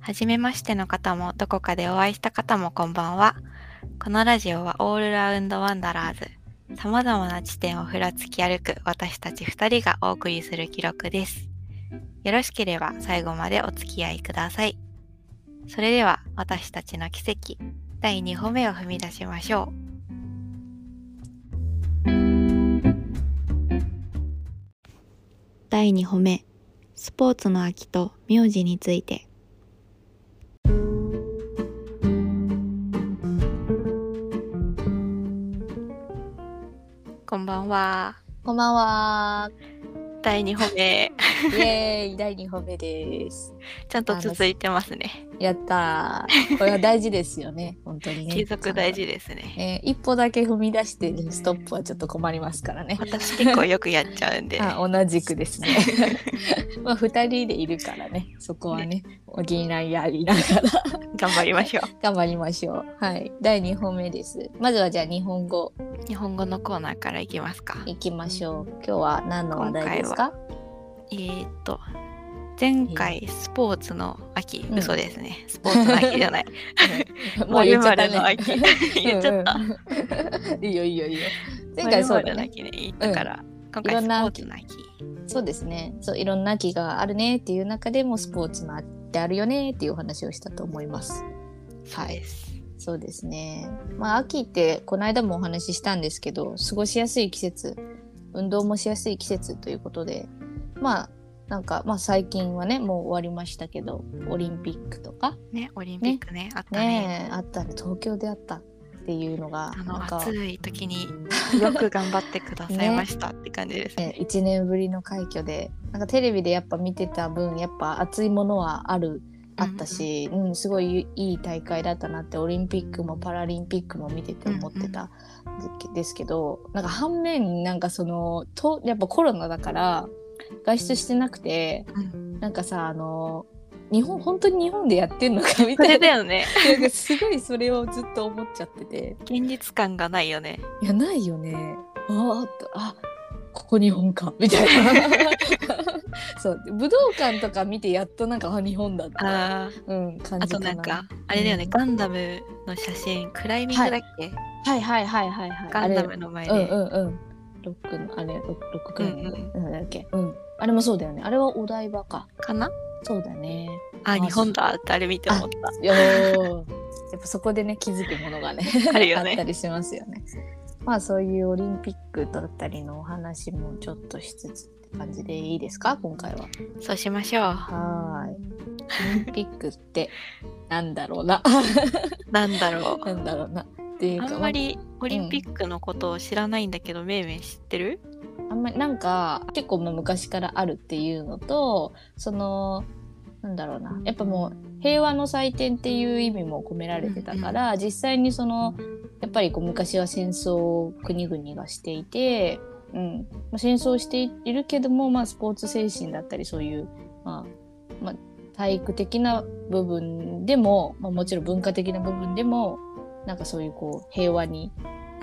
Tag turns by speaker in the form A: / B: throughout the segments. A: はじめましての方もどこかでお会いした方もこんばんは。このラジオはオールラウンドワンダラーズ。さまざまな地点をふらつき歩く私たち2人がお送りする記録です。よろしければ最後までお付き合いください。それでは私たちの奇跡第2歩目を踏み出しましょう。第2歩目スポーツの秋と名字についてこんばんは
B: こんばんは。
A: 第2歩 目
B: イエーイ、第2歩目です。
A: ちゃんと続いてますね
B: やったー。これは大事ですよね、本当にね。
A: 継続大事ですね
B: えー一歩だけ踏み出してストップはちょっと困りますからね。
A: 私結構よくやっちゃうんで
B: あ同じくですね。 まあ2人でいるからね、そこはね、補い合いながら
A: 頑張りましょ
B: 頑張りましょう。はい、第2歩目です。まずはじゃあ日本語
A: う日本語のコーナーからいきますか
B: いきましょう。今日は何の話題ですか
A: えー、っと前回スポーツの秋、
B: うん
A: 嘘ですねスポーツの秋じゃない
B: うん もう言っちゃった
A: 我々の
B: ね。
A: 秋言っちゃった
B: うん いいよいいよいいよ。前回そう
A: 我々
B: だ
A: の
B: ね。
A: 秋ね言ったから、今
B: い
A: 回
B: ろ
A: スポ
B: んな
A: ーツの秋
B: そうですね。そういろんな秋があるねっていう中でもスポーツもあってあるよねっていうお話をしたと思います。
A: そうです、
B: そうですね。まあ秋ってこの間もお話ししたんですけど、過ごしやすい季節、運動もしやすい季節ということで、まあなんかまあ最近はねもう終わりましたけど、オリンピックとか
A: ねオリンピックねあったね
B: ねえあったね東京であったっていうのが
A: あの
B: なんか。
A: 暑い時によく頑張ってくださいましたって感じですね
B: ね1年ぶりの快挙でなんかテレビでやっぱ見てた分やっぱ熱いものはあるあったし、うんすごいいい大会だったなってオリンピックもパラリンピックも見てて思ってたですけど、なんか反面なんかそのとやっぱコロナだから外出してなくて、
A: うん
B: なんかさあの日本本当に日本でやってんのかみ
A: そ
B: た
A: れ
B: い
A: だ
B: な
A: よね
B: なんかすごいそれをずっと思っちゃってて
A: 現実感がないよね
B: いやないよねあーっとあここ日本かみた いなそう武道館とか見てやっとなんかあ日本だって、
A: あー
B: うん、感
A: あ
B: じ
A: と
B: かな
A: なんかあれだよね、
B: うん
A: ガンダムの写真クライミングだっけ、
B: はいはいはいはいはい
A: ガ
B: あ
A: ン
B: れ
A: ダ
B: う
A: ムの前
B: ん
A: で、
B: うんうんロックのあれロックロッククライミング、
A: うん
B: なんだっけうんあれもそうだよねあれはお台場か
A: かな
B: そうだね
A: あ
B: あ
A: 日本だってあれ見て思った
B: いやーやっぱそこでね気づくものがね
A: あるよね
B: あったりしますよね。まあそういうオリンピックだったりのお話もちょっとしつつって感じでいいですか今回は。
A: そうしましょう
B: はーい。オリンピックってなんだ ろうな
A: なんだろ
B: な
A: うん
B: だろうなっていうか
A: あんまりオリンピックのことを知らないんだけど、めいめい知ってる
B: あんまりなんか結構まあ昔からあるっていうのとそのなんだろうなやっぱもう平和の祭典っていう意味も込められてたから、実際にそのやっぱりこう昔は戦争を国々がしていて、うんまあ、戦争をしているけども、まあ、スポーツ精神だったりそういう、まあまあ、体育的な部分でも、まあ、もちろん文化的な部分でもなんかそういうこう平和に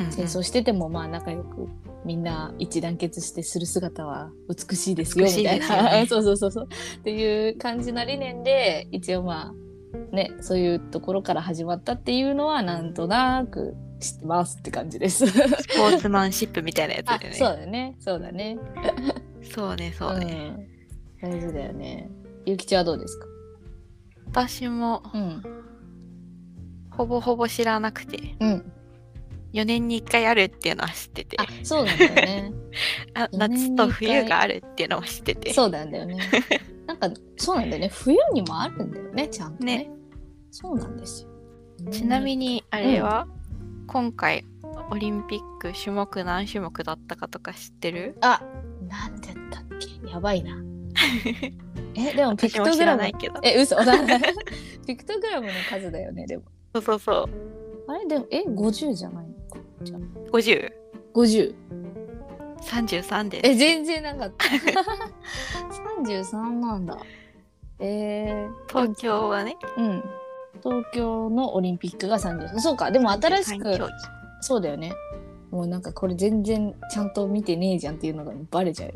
B: 戦争しててもまあ仲良くみんな一致団結してする姿は美しいですよ
A: 美しい
B: みたい
A: ですよ
B: な
A: ね
B: そうそうそうそうっていう感じな理念で一応まあねそういうところから始まったっていうのはなんとなく知ってますって感 じです。
A: スポーツマンシップみたいなやつ
B: あ
A: だよね
B: そうだねそうだね
A: そうねそうね、
B: うん、大事だよね。ゆきちはどうですか、
A: 私も
B: うん、
A: ほぼほぼ知らなくて
B: うん
A: 4年に1回あるっていうのは知ってて
B: あそうなんだよね。
A: あ
B: 4年
A: 夏
B: に
A: と冬があるっていうのも知ってて
B: そうなんだ よね。なんかそうなんだよね冬にもあるんだよねちゃんとね。
A: ね
B: そうなんですよ。
A: ちなみ
B: に、
A: にあれは、今回オリンピック種目何種目だったかとか知ってる
B: あ、なんて言ったっけ、やば いな。え、でもピ
A: 私
B: ク
A: も
B: ト
A: 知
B: グ
A: ら
B: ラム
A: な。いけど
B: え、嘘、 わかんないピクトグラムの数だよね、でも。
A: そうそうそ
B: あれ、でも、え、五十じゃないのか。じゃあ、
A: う5033
B: 五十。
A: です
B: え、全然な かった。三十三なんだ。え
A: 東京はね
B: ー、うん。東京のオリンピックが三十三。そうか、でも新し
A: 33
B: く
A: 競。技
B: そうだよね。 もうなんかこれ全然ちゃんと見てねえじゃんっていうのがバレちゃうよ。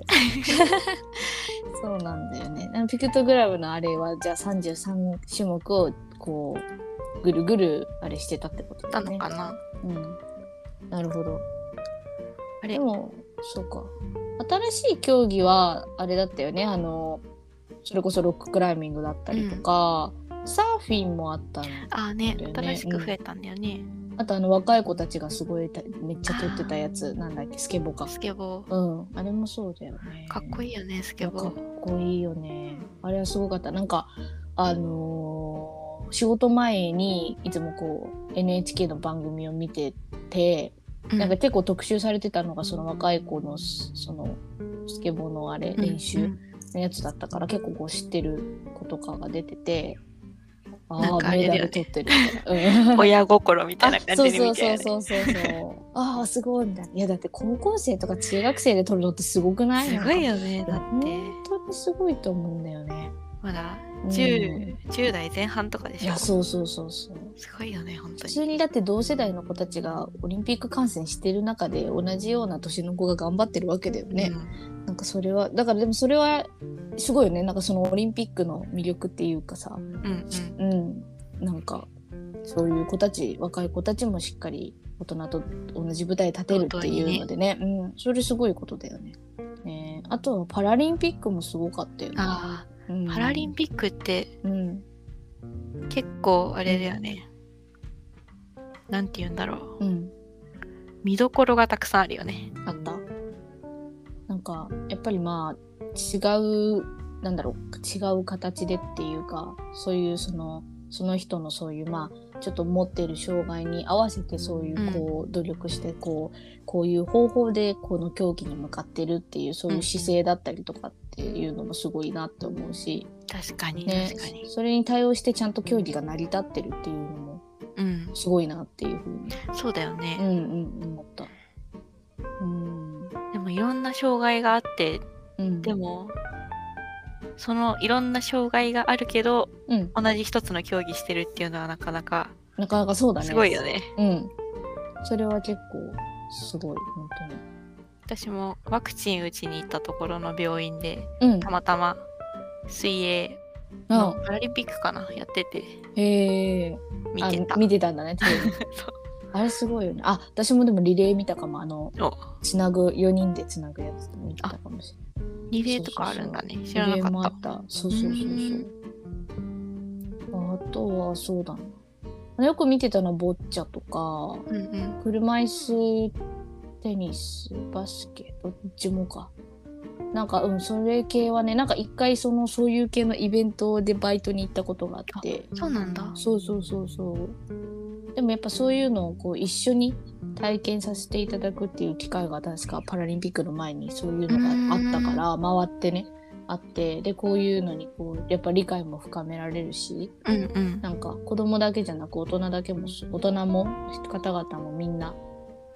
B: そうなんだよね。あのピクトグラムのあれはじゃあ33種目をこうぐるぐるあれしてたってこと
A: た
B: だよ
A: の
B: ね。
A: かな、
B: うん、なるほど。
A: あれ
B: でもそうか新しい競技はあれだったよねあのそれこそロッククライミングだったりとか、サーフィンもあったの
A: ああね
B: そうだよね
A: 新しく増えたんだよね、
B: あとあの若い子たちがすごいためっちゃ撮ってたやつなんだっけスケボーか
A: スケボー
B: うんあれもそうだよね
A: かっこいいよねスケボ
B: かっ
A: ー
B: こいいよねあれはすごかったなんかあのー仕事前にいつもこう NHK の番組を見てて
A: う
B: なんか結構特集されてたのがその若い子のすそのスケボーのあれ練習のやつだったから結構こう知ってる子とかが出てて
A: な
B: あ
A: んか
B: あ
A: あれだよね
B: メダル取ってるみた いな。うん
A: 親心みたいな
B: あ
A: 感
B: そう
A: じで
B: そ
A: 見
B: う
A: て、
B: そう
A: ね、
B: そうそうそう。ああすごいみたいな。いやだって高校生とか中学生で取るのってすごくない
A: すごいよねだって
B: 本当にすごいと思うんだよね。
A: まだ
B: うん
A: 10, 10代前半とかで
B: い
A: しょ
B: や
A: す
B: そうそうそうそう。
A: ごいよね本
B: 普
A: 当に
B: 通にだって同世代の子たちがオリンピック観戦してる中で同じような年の子が頑張ってるわけだよね。
A: うん
B: なんかそれはだからでもそれはすごいよねなんかそのオリンピックの魅力っていうかさ、
A: うんうん
B: うん、なんかそういう子たち若い子たちもしっかり大人と同じ舞台立てるっていうのでねうん、それすごいことだよね。ねあとはパラリンピックもすごかったよね。
A: あ
B: うん
A: あパラリンピックって
B: うん
A: 結構あれだよね、なんて言うんだろう
B: うん、
A: 見どころがたくさんあるよね
B: あったなんかやっぱりまあ違うなんだろう違う形でっていうかそういうそのその人のそういうまあちょっと持ってる障害に合わせてそういうこう、努力してこうこういう方法でこの競技に向かってるっていうそういう姿勢だったりとかっていうのもすごいなって思うし、
A: 確かに
B: ね
A: 確かに、
B: それに対応してちゃんと競技が成り立ってるっていうのも
A: うん
B: すごいなっていうふうに、
A: そうだよ
B: う
A: ね、
B: んうん、思った。うん
A: でもいろんな障害があって
B: うん、
A: でもそのいろんな障害があるけど
B: うん、
A: 同じ一つの競技してるっていうのはなかなか
B: なかなかそうだね。
A: すごいよ。ね
B: うん。それは結構すごい、本
A: 私もワクチン打ちに行ったところの病院で
B: 当に。うん
A: た。またま水泳の
B: あ
A: パラリンピックかなやってて
B: へえ。
A: 見
B: あ
A: てた
B: 見てたんだね、テレ ビ
A: そう
B: あれすごいよね。あ、私もでもリレー見たかも。あの
A: お、
B: つなぐ、4人でつなぐやつ見てたかもし
A: リレーとかあるんだね知
B: れ
A: ら
B: ない。
A: なか
B: リレー
A: っ
B: もあ
A: た
B: った。そうそうそうそう。あとは、そうだな。よく見てたのはボッチャとか、
A: うんうん
B: 車椅子テニスバスケどっちもかなんかうんそれ系はねなんか一回そのそういう系のイベントでバイトに行ったことがあって
A: そうなんだ
B: そうそうそうそうでもやっぱそういうのをこう一緒に体験させていただくっていう機会が確かパラリンピックの前にそういうのがあったから回ってねあってでこういうのにこうやっぱ理解も深められるし
A: うんうん
B: なんか子供だけじゃなく大人だけも大人も方々もみんな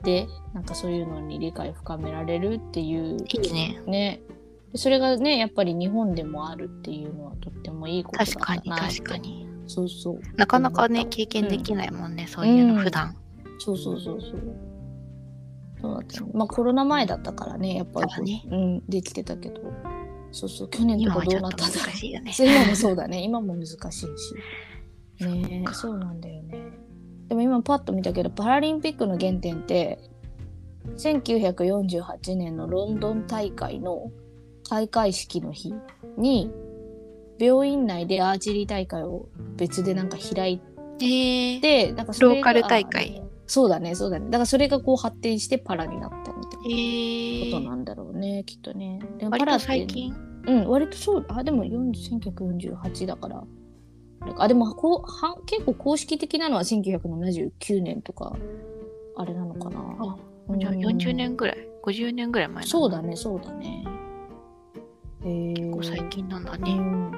B: でなんかそういうのに理解深められるっていう
A: いいね
B: ねでそれがねやっぱり日本でもあるっていうのはとってもいいことだっ
A: 確
B: た
A: か
B: な
A: に確かに
B: そうそう
A: なかなかね経験できないもんね、そういうの
B: うん
A: 普段、
B: そうそうそうそうそうだったねまあコロナ前だったからねやっぱ
A: そうだね
B: うん、できてたけどそうそう去年と
A: 今
B: か
A: は
B: ど
A: ち
B: う
A: ょ
B: な
A: っ
B: っ
A: と
B: たんだろう
A: 難しいよね
B: そう 今もそうだね今も難しいしね
A: そっか
B: そうなんだよねでも今パッと見たけどパラリンピックの原点って1948年のロンドン大会の開会式の日に病院内でアーチェリー大会を別でなんか開い
A: えー、
B: てなんかそれが
A: ローカル大会
B: そうだねそうだねだからそれがこう発展してパラになったみたい
A: え
B: なこと
A: ー、
B: なんだろうね、きっとねでも
A: 割
B: パ
A: と
B: ラって
A: 最近
B: うん、割とそう、あ、でも40 1948だから。なんかあ、でもこうはん、結構公式的なのは1979年とか、あれなのかな。
A: あじゃあ
B: うん
A: 40年ぐらい50年ぐらい前なん
B: そうだね、そうだね。へー
A: 結構最近なんだ
B: う
A: ね
B: ん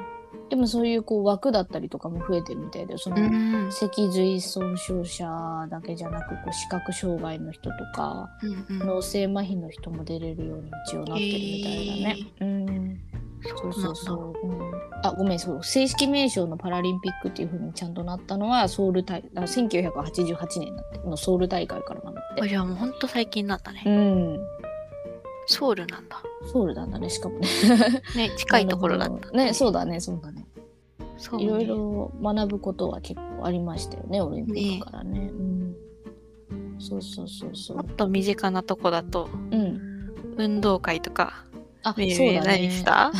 B: でもそういうこう枠だったりとかも増えてるみたいで、その、
A: うん、うん
B: 脊髄損傷者だけじゃなくこう視覚障害の人とか
A: うん
B: 脳性麻痺の人も出れるように一応なってるみたいだね。うんそうそうそう。うん、あごめんそう正式名称のパラリンピックっていうふうにちゃんとなったのはソウル大あ1988年だってのソウル大会からなんだって
A: あ。じゃあもうほんと最近なんだね、
B: うん
A: ソウルなんだ
B: ソウルなんだねしかもね
A: ね、近いところだったんだ
B: ねそうだねそうだね
A: そうね
B: いろいろ学ぶことは結構ありましたよねオリンピックからねうん、そうそうそうそ
A: もっ
B: う
A: と身近なとこだと
B: うん
A: 運動会とか
B: あそう
A: ね
B: だ
A: 何
B: ね
A: した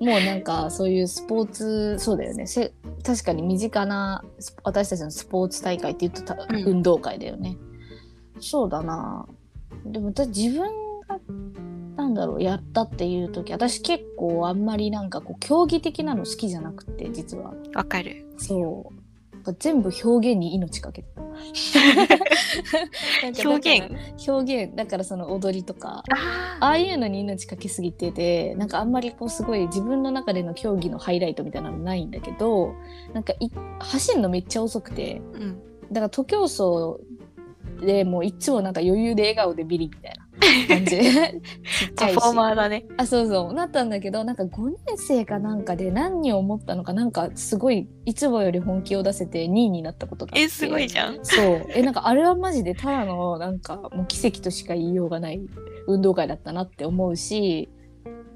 B: もうなんかそういうスポーツそうだよねせ確かに身近なスポ私たちのスポーツ大会って言うとた、
A: うん
B: 運動会だよねそうだなでも私自分がなんだろうやったっていう時私結構あんまりなんかこう競技的なの好きじゃなくて実は
A: わかる
B: そう全部表現に命かけて たなんかだから
A: 表現
B: 表現だからその踊りとか
A: あ
B: ああいうのに命かけすぎててなんかあんまりこうすごい自分の中での競技のハイライトみたいなのないんだけどなんかい走るのめっちゃ遅くて
A: ーうん
B: だから徒競走でもういつもなんか余裕で笑顔でビリみたいな 感じでちっち
A: パ
B: ゃいし
A: フォーマーだね
B: あそうそうなったんだけどなんか5年生かなんかで何を思ったのかなんかすごいいつもより本気を出せて2位になったことがあって
A: えすごいじゃん
B: そう。え、なんかあれはマジでただのなんかもう奇跡としか言いようがない運動会だったなって思うし、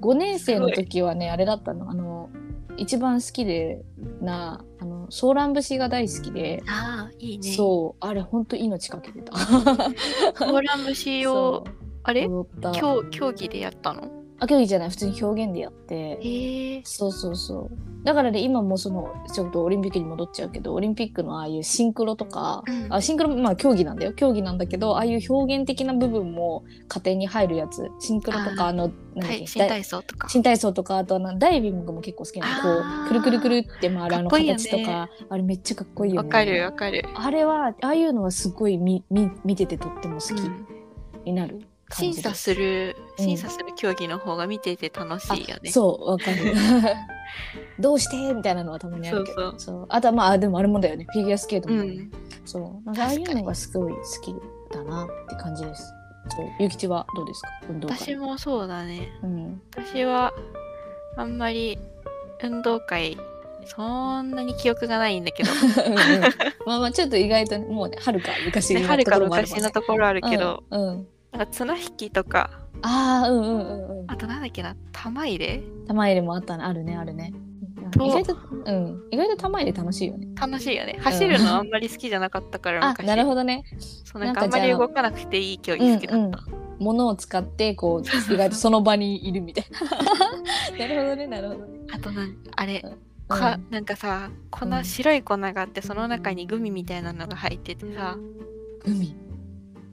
B: 5年生の時はね、あれだったの。あの、一番好きでな、あの、ソーラン節が大好きで、
A: ああいいね
B: そう、あれほんと命かけてた。
A: ソーラン節を
B: そう
A: あれ
B: 踊った。
A: 競競技でやったの
B: あ、競技じゃない、普通に表現でやって。
A: へえ
B: そうそうそう。だからね、今もその、ちょっとオリンピックに戻っちゃうけど、オリンピックのああいうシンクロとか、
A: うん
B: あシンクロまあ競技なんだよ競技なんだけどああいう表現的な部分も加点に入るやつシンクロと
A: あー
B: かあのなんだっけ
A: 体新
B: だい
A: 体操とか
B: 新体操とかあとはなダイビングも結構好きな
A: あ
B: の
A: ー
B: こうくるくるくるって回るあの
A: かっこいいよね
B: 形とかあれめっちゃかっこいいよ
A: わ
B: ね
A: かるわかる
B: あれはああいうのはすごい見見見ててとっても好き
A: うん
B: になる感
A: 審
B: じだ
A: 査する
B: うん
A: 審査する競技の方が見ていて楽しいよね。
B: そうわかる どうしてみたいなのはたまにあるけど
A: そうそ
B: そうあとはまあでもあれもだよねフィギュアスケート
A: う
B: もね、
A: ん。
B: そう、なんかああいうのがすごい好きだなって感じです。そう、ゆきちはどうですか、運動会。
A: 私もそうだね。
B: うん、
A: 私はあんまり運動会そんなに記憶がないんだけ ど、
B: まあまあ、ちょっと意外とね、もうね、はるか昔
A: ね、
B: の
A: はる
B: とこ
A: か
B: ろもある
A: 昔のところあるけど、、
B: うん、うん
A: なんか綱引きとか、
B: ああ、うんうんうんうん。
A: あとなんだっけな、玉入れ
B: 玉入れもあったね、あるね、あるね。意
A: と
B: 外と、うん、意外と玉入れ楽しいよね。
A: 楽しいよね。走るのあんまり好きじゃなかったから
B: あ、
A: 昔。
B: なるほどね。
A: そうなんかあ
B: なんんか
A: ま
B: じゃあ
A: り動かなくていい競技好きだった。
B: 物を使って、こう、意外とその場にいるみたい な。なるほどね、なるほどね。
A: あとなんあれ、
B: うん
A: かなんかさ粉、
B: うん
A: 白い粉があってその中にグミみたいなのが入っててさ
B: 海。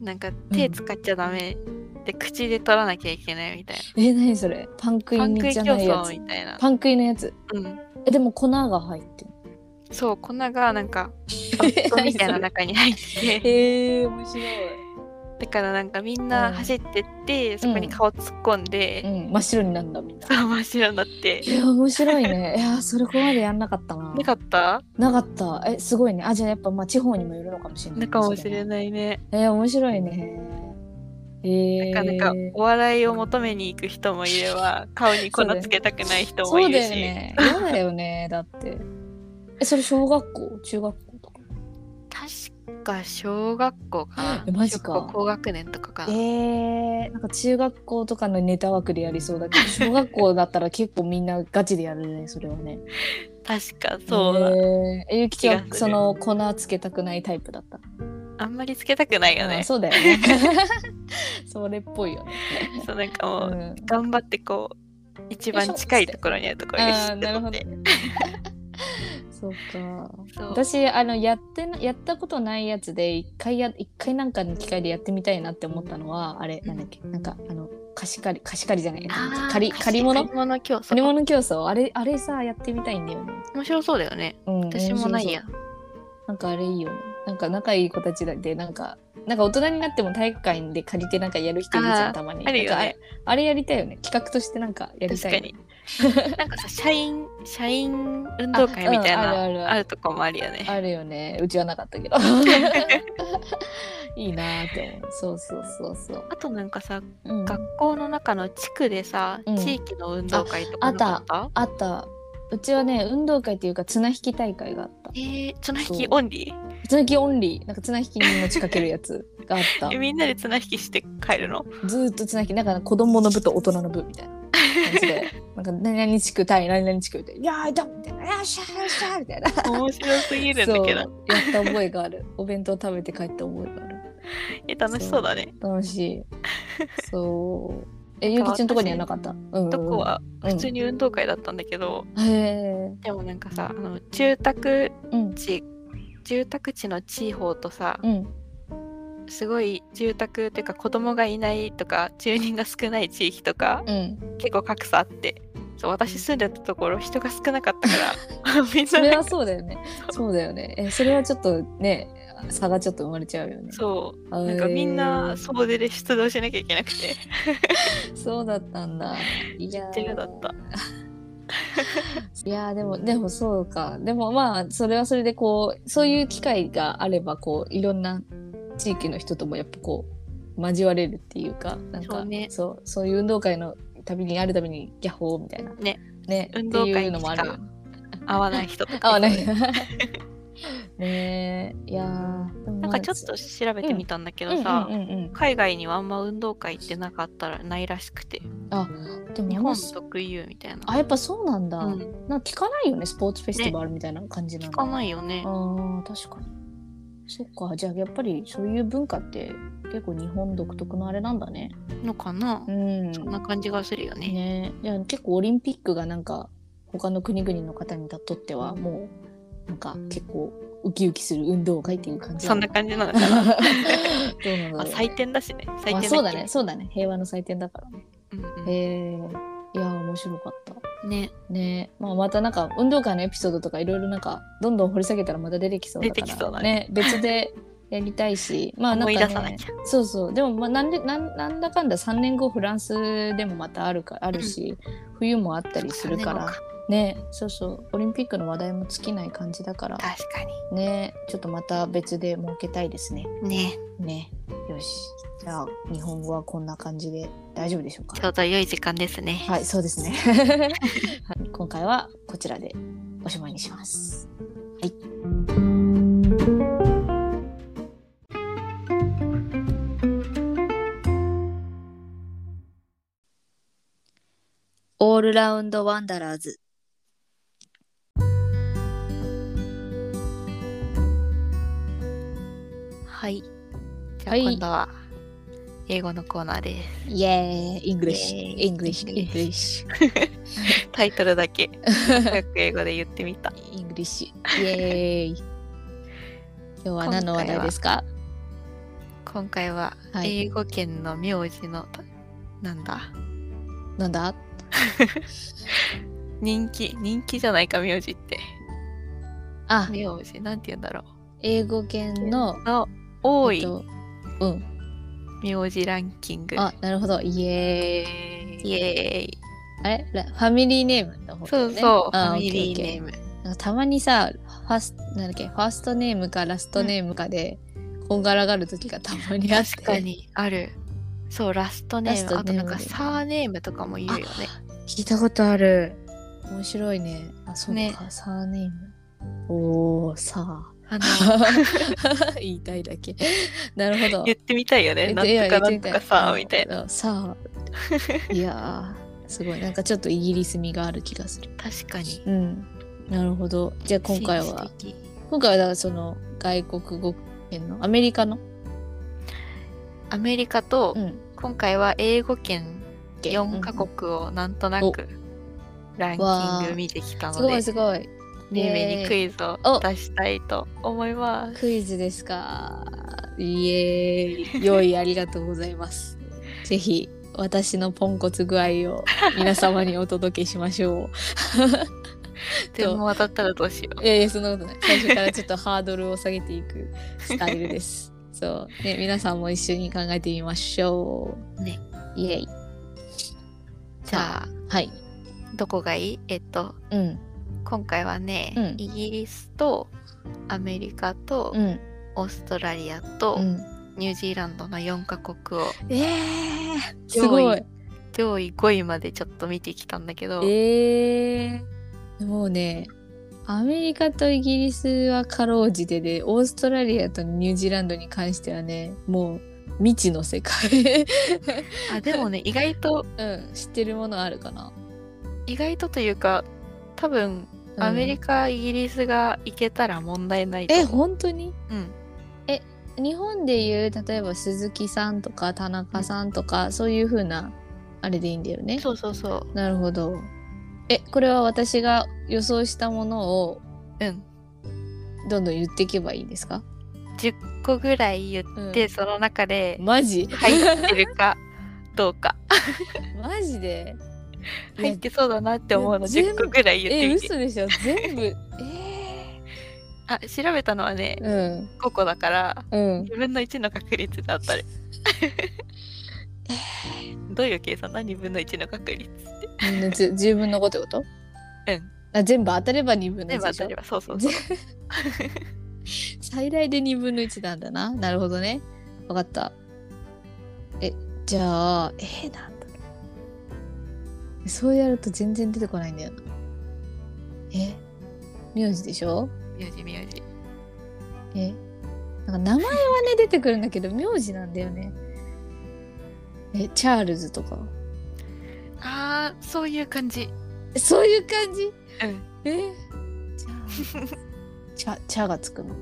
A: なんか手使っちゃダメ、で口で取らなきゃいけないみたい
B: え、何それ、パンク
A: なパン食
B: イ
A: い
B: じ
A: 競
B: ゃないや
A: 争
B: つ。
A: みたいな、
B: パン食いのやつ。
A: うん、
B: えでも粉が入って
A: そう粉がなんかバット みたいな中に入って
B: へ え面白い、
A: だからなんかみん
B: う
A: なん走ってって、そこに顔突っ込ん
B: う
A: で、
B: ん、真っ白になるんだみんな
A: そう真っ白になって
B: え面白いねいやそれここまでやんなかったな
A: なかった
B: なかったえすごいねあじゃあやっぱまあ地方にもよるのかもしれない
A: のかもしれ
B: い
A: ないね、
B: えー、面白いねえー、
A: なかなかお笑いを求めに行く人もいれば顔に粉つけたくない人も
B: そう
A: いる
B: だよ
A: し、
B: ね嫌だよ ねだってえそれ小学校中学校とか
A: 確か小学校かな
B: えマジか
A: 小学校高学年とかか
B: え
A: な、
B: ー、なんか中学校とかのネタ枠でやりそうだ けど小学校だったら結構みんなガチでやるねそれはね
A: 確かそうだ、
B: えー、えゆきち
A: 気が
B: は
A: する
B: その粉つけたくないタイプだった。
A: あんまりつけたくないよ
B: あ
A: ね
B: ーそうだ よね。それっぽいよね。
A: そうなんか
B: う
A: もう、
B: ん、
A: 頑張ってこう一番近いところにあるところに
B: あ
A: し
B: あ
A: て
B: なるほど
A: 取って。
B: そうか。
A: そう
B: 私あのやってなやったことないやつで一回や一回なんかの機会でやってみたいなって思ったのはあれなんだっけなんかあの貸し借り貸し借りじゃない
A: あー
B: 借り借り物
A: 借り物競
B: 借り
A: 争
B: 物競争あれあれさやってみたいんだよね。
A: 面白そうだよね
B: うん、
A: 私もないや
B: なんかあれいいよね。なんか仲いい子たちだってなんか、なんか大人になっても体育館で借りてなんかやる人いるじゃ
A: あー
B: ん、たまに。
A: あるよね
B: なんかあれあれやりたいよね。企画としてなんかやり
A: 確
B: たい。
A: かになんかさ社員社員運動会みたい
B: あう
A: な
B: んあるある
A: あるとこもあるよね
B: あるよね。うちはなかったけど。 いいなーって思う。そうそうそうそう。
A: あとなんかさ
B: うん、
A: 学校の中の地区でさ、
B: うん
A: 地域の運動会とかなかった
B: あった。うちはね、運動会っていうか綱引き大会があった。
A: えー、綱引
B: そ
A: き
B: う
A: オンリー
B: 綱引きオンリーなんか綱引きに持ちかけるやつがあった
A: えみんなで綱引きして帰る の
B: ずーっと綱引きなんか子供の部と大人の部みたいな感じでなんか何々地区対何々地区で「いやーだ」みたいな「よっしゃよっしゃ」みたいな
A: 面白すぎるんだけ
B: そ
A: ど
B: うやった覚えがあるお弁当食べて帰った覚えがある
A: え楽しそうだね
B: 楽しいそうえゆうきちのとこにはなかった うん
A: とこは普通
B: に
A: に運動会だったんだけど、
B: へえ
A: でもなんかさあの住宅
B: うん
A: 地住宅地の地方とさ
B: うん
A: すごい住宅っていうか子供がいないとか住人が少ない地域とか
B: うん
A: 結構格差あってそう私住んでたところ人が少なかったから み ん
B: そ
A: な
B: れ
A: なん
B: は
A: か
B: そうだよねそうだよねえそれはちょっとね差がちょっと生まれちゃうよね
A: そう
B: な
A: なんかみんな総出で出動しなきゃいけなくて
B: そうだったんだいやー
A: 手がだった
B: いやーでもでもそうかでもまあそれはそれでこうそういう機会があればこういろんな地域の人ともやっぱこう交われるっていうかなんか
A: そうね
B: そうそういう運動会のたびにあるたびにギャホーみたいな
A: ね
B: ね
A: 運動
B: ってい
A: 会
B: うの
A: に
B: もあ
A: し
B: る
A: か合わない人とか
B: あない ねえいやーでもま
A: な
B: あ
A: んかちょっと調べてみたんだけどさ、
B: うんうんうんうん
A: 海外にはあんま運動会ってなかったらないらしくて
B: あでも
A: 日
B: 日
A: 本
B: 本
A: 特有みたいな、
B: あやっぱそうなんだ、
A: うん、
B: なんか聞かないよねスポーツフェスティバルみたいな感じな
A: 聞
B: の
A: かないよね
B: ああ確かにそっかじゃあやっぱりそういう文化って結構日本独特のあれなんだね
A: のかな、
B: うん
A: そんな感じがするよね
B: ねいや結構オリンピックがなんか他の国々の方にとってはもうなんか結構ウキウキする運動会っていう感じ
A: そんな感じなのか
B: じどう
A: な
B: なんだろう、
A: まあ採点だしね採点だ
B: まあ
A: け
B: そうだねそうだね平和の祭典だからね
A: うん
B: へえいや面白かった
A: うんね
B: ねまあ、またなんか運動会のエピソードとかいろいろなんかどんどん掘り下げたらまた出てきそうだか
A: 出
B: ら
A: てきそうだ
B: ね別でやりたいし まあなんか、
A: 思
B: ね、
A: い出さなきゃ
B: そうそうでもまあなんでなんなんだかんだ3年後フランスでもまたあるかあるし、冬もあったりするから
A: そう
B: ねそうそうオリンピックの話題も尽きない感じだから
A: 確か
B: ねちょっとまた別で設けたいですね
A: にね
B: ねよしじゃあ日本語はこんな感じで大丈夫でしょうか
A: ちょうど良い時間ですね
B: はい、そうですね。はい今回はこちらでおしまいにします。はい。オールラウンドワンダラーズ。
A: はいじゃあ
B: はい
A: 今度は英語のコーナーです
B: イエーイ、イングリッシュ、
A: イエーイ
B: イングリッシュ、イングリッシュ、
A: タイトルだけ早く英語で言ってみた
B: イングリッ シュ、イエーイ。今日は何の話題ですか。
A: 今回は
B: はい、
A: 英語圏の名字の、なんだ
B: なんだ。
A: 人気人気じゃないか名字って
B: あ、
A: 名字なんて言うんだろ
B: 英語圏の
A: う。の多
B: えっ
A: い
B: とうん。
A: 名字ランキング
B: あ、なるほど。イエーイ。
A: イエーイ
B: あれらファミリーネームの方だ
A: そ
B: よ
A: う
B: ね。
A: そうフ
B: あ
A: ァミリー
B: オッケ
A: ネ
B: ー
A: ー
B: オッケ
A: ム
B: ーなんかたまにさ、ファースなんだっけ、ファーストネームかラストネームかで、こんがらがる時がたまにあって。
A: 確か。にあるそうラストネ
B: ラス
A: ーム
B: ト
A: あと
B: ネー
A: な
B: ム
A: んか
B: で
A: サーネームとかも言うよね
B: 聞いたことある。面白いね。あ、そうか。
A: ね
B: サーネーム。おー、さ
A: あの
B: あ。 言いたいだけ。なるほど。
A: 言ってみたいよねなんとかなんとかさみたいな
B: な。さあ。いやー、すごい。なんかちょっとイギリス味がある気がする。
A: 確かに
B: うん、なるほど。じゃあ今回は
A: 紳士的
B: 今回はだからその外国語圏のアメリカの、
A: アメリカと、
B: うん、
A: 今回は英語圏
B: 圏
A: 4カ国をなんとなくランキング見てきた
B: す
A: の
B: ご
A: で
B: いすごい
A: めいめいにク
B: イ
A: イズを出したいと思います。
B: クイズですか。イエーイ。用意ありがとうござい ます。ぜひ私のポンコツ具合を皆様にお届けしましょう。
A: でも当たったらどうしよう。
B: いやいやそんなことない最初からちょっとハードルを下げていくスタイルです そうね皆さんも一緒に考えてみましょう
A: ね
B: イエイ
A: じゃあ
B: はい
A: どこがいいえっと
B: うん
A: 今回はね、
B: うん
A: イギリスとアメリカと、
B: うん
A: オーストラリアと、
B: うん
A: ニュージーランドの4カ国を
B: ええすごい。
A: 上位5位までちょっと見てきたんだけど、
B: ええもうね、アメリカとイギリスはかろうじてでオーストラリアとニュージーランドに関してはねもう未知の世 界、
A: あでもね意外と
B: うん、知ってるものあるかな
A: 意外とというか多分アメリ
B: カ、
A: カ、イギリスが行けたら問題ないと
B: え
A: 思う。
B: 本当に
A: うん、
B: 日本でいう例えば鈴木さんとか田中さんとか、そういう風なあれでいいんだよね
A: そうそうそう。
B: なるほどえこれは私が予想したものを
A: うん。
B: どんどん言っていけばいいんですか、
A: 10個ぐらい言っ
B: うん
A: て、その中で
B: マジ
A: 入ってる かどうか。
B: マジでいや
A: 入ってそうだなって思うの
B: 全
A: 10
B: 部
A: 個ぐらい言って
B: え
A: みて。
B: 嘘でしょ 全部え
A: あ調べたのはね
B: ー、うん
A: 5個だから
B: うん
A: 2分の1の確率で当た る。どういう計算だ2分の1の確率って。
B: うんじゅ10分の5ってこと
A: うん
B: あ全部当たれば2分の
A: でも
B: 1で
A: 当
B: したょ
A: ればそうそうそう。
B: 最大で2分の1なんだななるほどねわかったえじゃあえー、なんだろうそうやると全然出てこないんだよなえ名字でしょ
A: 名字名字。
B: えなんか名前はね出てくるんだけど名字なんだよねえチャールズとか
A: ああそういう感じ。
B: えそういう感じ
A: うん。
B: えチャーチャチャがつくの